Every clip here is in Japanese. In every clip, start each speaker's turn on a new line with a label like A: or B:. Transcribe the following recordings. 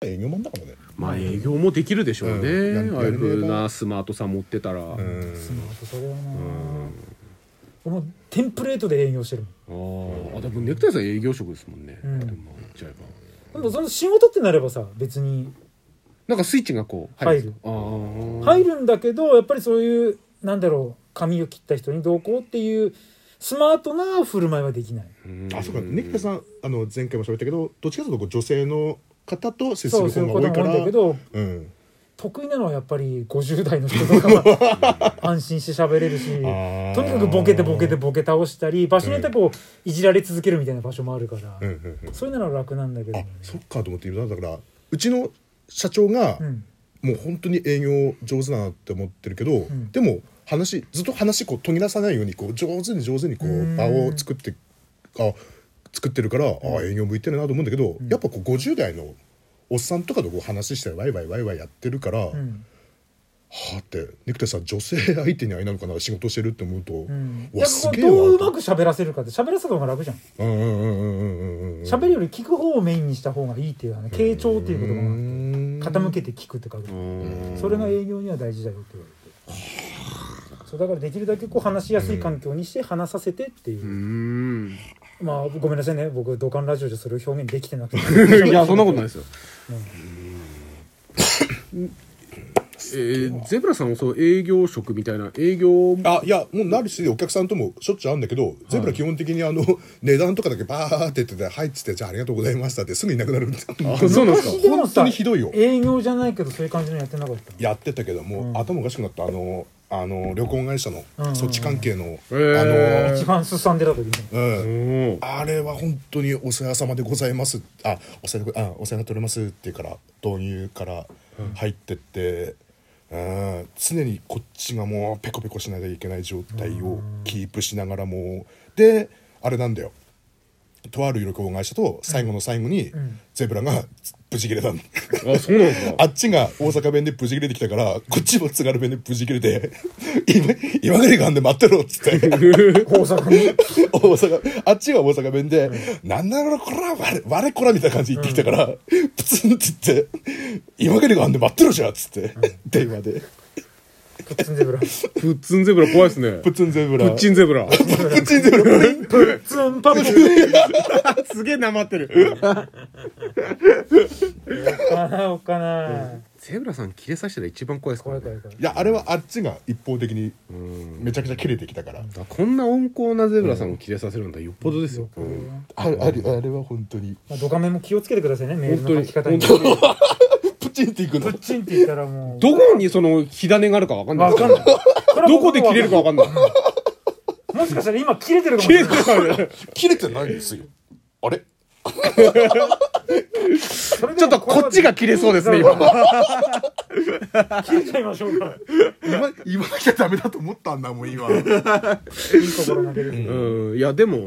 A: 営業マンだからね
B: まあ営業もできるでしょうね、
A: うん
B: ああいうふうなスマートさ持ってたら、
A: う
B: あ
A: ん
C: スマートそれはな俺もテンプレートで営業してるもん
B: あでもネクタイさん営業職ですもんね、
C: うん
B: でも言っちゃえば
C: でもその仕事ってなればさ別に
B: なんかスイッチがこう
C: 入る
B: あー
C: 入るんだけどやっぱりそういうなんだろう髪を切った人にどうこうっていうスマートな振る舞いはできない
B: うん
A: あそうかネクタさんあの前回も喋ったけどどっちかというとこう女性の方と接す
C: そう
A: る
C: そういう
A: 方
C: こ
A: が多
C: と
A: いか
C: も多
A: ら
C: いんだけど
A: うん
C: 得意なのはやっぱり50代の人とか は安心して喋れるし
A: ー
C: とにかくボケてボケてボケ倒したり場所によってこういじられ続けるみたいな場所もあるから、
A: うんうんうん
C: そういうのは楽なんだけど
A: あ
C: ね、
A: そっかと思って今だからうちの社長が、
C: うん、
A: もう本当に営業上手だなって思ってるけど、
C: ん
A: でも話ずっと話こう途切らさないようにこう上手に上手にこ
C: うん
A: う場を作ってあ作ってるから、あ営業向いてるなと思うんだけど、やっぱこう50代のおっさんとかとこう話してワイワイワイワイやってるから、
C: う
A: は
C: ん
A: あってネクタイさん女性相手にあれなのかな仕事してるって思うと、う
C: うん、
A: わ
C: やっ
A: す
C: ぱこう
A: げえ
C: どうう
A: わ
C: まく喋らせるかって喋らせた方が楽じゃん
A: うんうんうんうんうんうんうん
C: 喋るより聞く方をメインにした方がいいっていうのはね傾聴っていう言
A: う
C: 葉
A: ん
C: が傾けて聞くって書く
B: うん
C: それが営業には大事だよって言われてそうだからできるだけこう話しやすい環境にして話させてっていうう、
B: ん
C: まあごめんなさいね僕土管ラジオじゃそれを表現できてなくて
B: いやそんなことないですよ、えーゼブラさんもそう営業職みたいな営業
A: あいやもうなるしお客さんともしょっちゅうあるんだけど、全部は基本的にあの 値段とかだけバーって言ってて「はい」っつって「じゃあありがとうございました」ってすぐいなくなるんだ
B: そうなんですか
C: 昔でもさ
A: 本当にひどいよ
C: 営業じゃないけどそういう感じのやってなかった
A: やってたけども、頭おかしくなったあのあの旅行会社の、
C: うん
A: そっち関係の、
B: へ
C: 一番すさんでた時にね
A: あの、うん、
B: うん
A: あれは本当に「お世話様でございます」あ「お世話あお世話になっております」ってから導入から入ってって、うん常にこっちがもうペコペコしなきゃいけない状態をキープしながらもであれなんだよとある旅行会社と最後の最後にゼブラがブチ切れたの
B: あそうなんですか
A: あっちが大阪弁でブチ切れてきたからこっちも津軽弁でブチ切れて「今今からがんで待ってろ」っつ って。
C: 大阪に
A: 大阪あっちが大阪弁で「なんだろうこら我我こら」みたいな感じで言ってきたから、 プツンって言って「今からがあんで待ってろじゃ」っつって、電話で
C: プッツンゼブラプ
B: プッツンゼブラ怖いですね
A: プツンゼブラ
B: プッチンゼブラ
A: プチンゼブラ
C: ッツンパプチ
B: すげえなまってる
C: おっかなおっかな
B: ゼブラさん切れさせたら一番怖いですか
C: 怖
B: ら
C: い怖
B: ね
C: い怖い
A: いやあれはあっちが一方的にめちゃくちゃ切れてきたから、
B: だこんな温厚なゼブラさんを切れさせるんだよっぽどですよ
A: ああれあれあれは本当に
C: まあ、ドカメンも気をつけてくださいね、メールの書き方に。
B: 本
C: プ
B: 当に
A: プチンっていくの
C: ッチンって言ったらもう。
B: どこにその火種があるかわかんない
C: わかんない。
B: どこで切れるかわかんない
C: もしかしたら今切れてるかも
B: 切
C: し
B: れ
C: れ
B: る
C: ない。
B: かわかんない
A: 切れてないんですよあれ
C: ちょ
B: ちょっとこっちが切れそうですね今
C: 切れちゃいましょうか。
A: 今今じゃダメだと思ったんだもん今
C: いい心投げる。
B: うんいやでも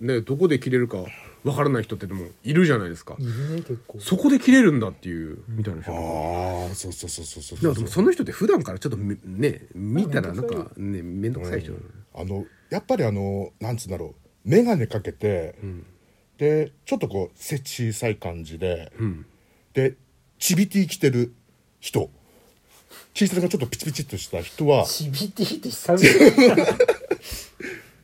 B: ねどこで切れるかわからない人ってでもいるじゃないですか
C: いるね、結構。
B: そこで切れるんだっていうみたいな人も
A: ああそうそうそうそうそう
B: でもでもその人って普段からちょっとめね見たらなんかね面倒くさい人なのね
A: あのやっぱりあのなんつうんだろう眼鏡かけて、でちょっとこう背小さい感じで、でチビティ着てる人 T シャツがちょっとピチピチっとした人は、
C: ちびって引いて久々に。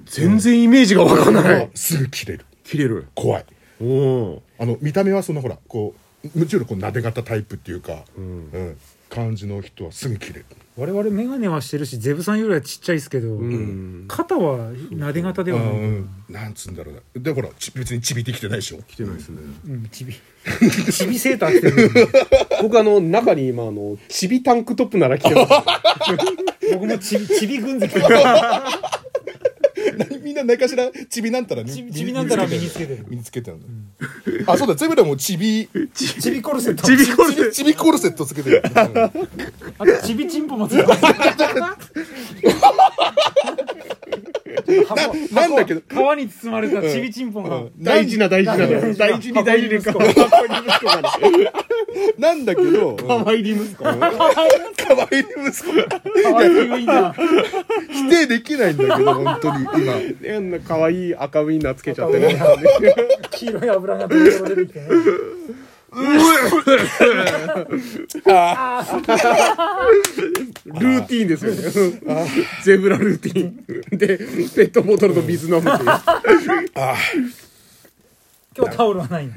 B: 全然イメージがわからない
A: すぐ切れる
B: 切れる
A: 怖い
B: おお
A: あの見た目はそんなほらこうもちろんこうなで型タイプっていうか、うん感じの人はすぐ切れる
C: 我々メガネはしてるし、ゼブさんよりはちっちゃいですけど、肩はなで型で
A: う
C: は
A: ん、
C: ない。
A: なんつうんだろうなでほらち別にチビティ着てないでしょ
B: 来てないですね
C: うん、ちび。ちびセーター着てる。
B: 僕あの中に今あのチビタンクトップなら着てます
C: 僕もちび、ちび軍勢着てる。
A: みんな何かしらちびなんたらね
C: ちびちびなんたら身につけてる
A: 身につけてるの、 あそうだゼブラもちび
C: ちびコルセット。
B: ちびコル
A: ちびちびコルセットつけて るうん
C: あと、ちびちんぽもついてます。
A: ななんだけど
C: 皮に包まれたちびちんぽんが、
B: 大事な大事な大事に大事にかわ
A: なんだけ ど
B: いり息子
A: 可愛い息子が
C: かわいいな。
A: 否定できないんだけ ど本当に今
B: 変な 可愛い赤ウインナーつけちゃって
C: 赤ウイン
B: ね
C: ナ黄色い油がどんどん出てきてね。
B: ルーティーンですよね。ゼブラルーティーン。で、ペットボトルの水飲むっていう。
C: 今日タオルはないの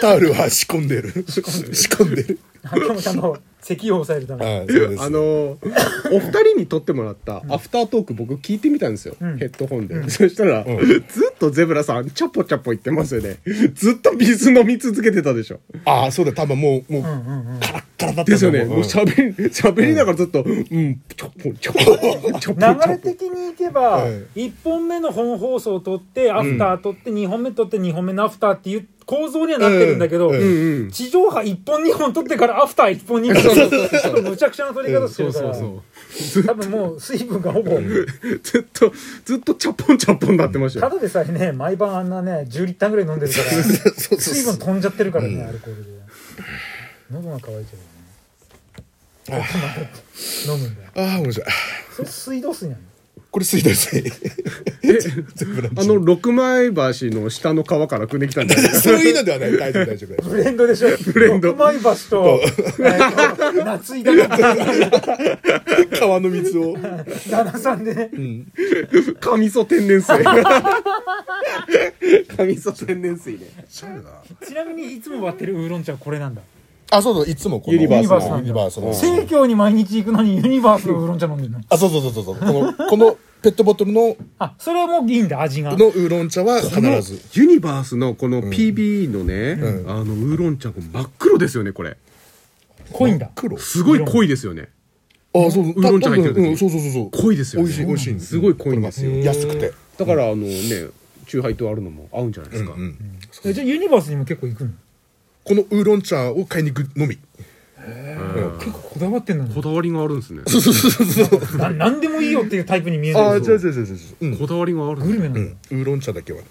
A: タオルは仕込んでる仕込んでる
C: あ今日もちゃんと咳を抑えるた
A: あ
C: め
A: そうです
B: あのーお二人に撮ってもらったアフタートーク僕聞いてみたんですよ、ヘッドホンで、そしたら、ずっとゼブラさんチャポチャポ言ってますよねずっと水飲み続けてたでしょ
A: ああそうだ多分もうもうカラッカラだった
B: です
A: と
B: よ
A: 思
B: ね、もう喋り喋りながらずっとうんチャポチャポチャポチャポ
C: 流れ的にいけば
A: はい
C: 1本目の本放送を撮ってアフター撮って2本目撮って2本目のアフターっていう構造にはなってるんだけど
A: うん
B: うんうん
C: 地上波1本2本撮ってからアフター1本2本撮るちょっとむちゃくちゃな撮り方し
B: そ
C: て
B: う
C: るか
B: そう
C: ら
B: そう
C: 多分もう水分がほぼ
B: ずっとずっとチャポンチャポンなってました
C: た
B: よ
C: だでさえね毎晩あんなね10リッターぐらい飲んでるから
A: そうそう
C: 水分飛んじゃってるからねアルコールで喉が渇いちゃうよね飲むんだよ
A: ああ面白い
C: それ水道水なの
A: これ水道 水
B: え
A: 全部ラン
B: あ
A: チ
B: の六枚橋の下の川から汲んできたんだ よ
A: そういうのではない大丈夫大丈夫
C: ブレンドでしょブ
B: レンド
C: 六枚橋とえっと夏井だから
A: 川の水 を
C: 旦那さんでね
B: カミソ天然 水カミソ天然水ね
C: ちなみにいつも割ってるウーロン茶はこれなんだ
A: あそうそういつもこの
B: ユニバース
C: の
A: ユニバースの
C: 生協に毎日行くのにユニバースのウーロン茶飲んでるの
A: あそうそうそうそうそうこのこのペットボトルの
C: あそれはもういいんだ味が
A: のウーロン茶は必
B: この
A: ず
B: ユニバースのこの PB のね、あのウーロン茶が真っ黒ですよねこれ
C: 濃いんだ
A: 黒
B: すごい濃いですよね
A: あそうそうウ
B: ーロン茶入ってる時
A: うんそうそうそうそう
B: 濃いですよね
A: 美味しい美味しい
B: すごい濃いんですよ
A: これが安くて
B: だからあのね酎ハイと割るのも合うんじゃないですか、
C: えじゃあユニバースにも結構行くの
A: このウーロン茶を買いに行くのみ
C: 結構こだわってんの
B: こ
C: に
B: だわりがあるんですね
A: そうそうそうそう
C: な何でもいいよっていうタイプに見える
A: ああ違
C: け
A: う
C: ど
A: 違う違う違ううん
B: こだわりがあるんで
C: グル
B: す
C: メ
B: ね
C: な
A: うん
C: だ
A: ウーロン茶だけはね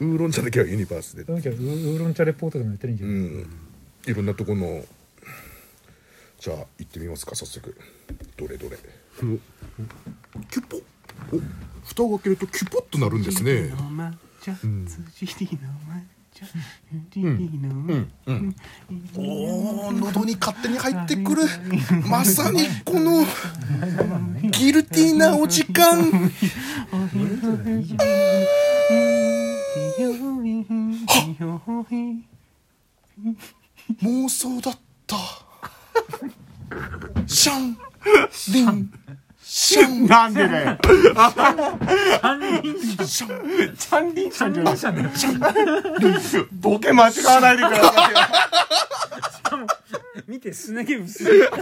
A: ウーロン茶だけはユニバースで
C: ウーロン茶レポートでもやってるんじゃ
A: う
C: ない、
A: んいろんなとこのじゃあ行ってみますか早速どれどれキュポお蓋を開けるとキュポッとなるんですね
D: の抹茶、辻利の抹茶、リリの抹茶、
A: おー喉に勝手に入ってくるまさにこのギルティーなお時間
D: おひろへじ
A: 妄想だ ったシャンリンシャ ン
D: なんでだよ
A: シャン
D: チャンリンさんじゃないボケ間違わないでくださいよ
C: 見てすね毛薄 い
A: なな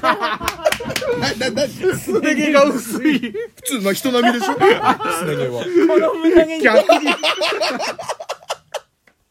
A: な普
B: すね毛が薄い
A: 通まあ人並みでしょ砂毛は
C: この胸毛に
B: 逆に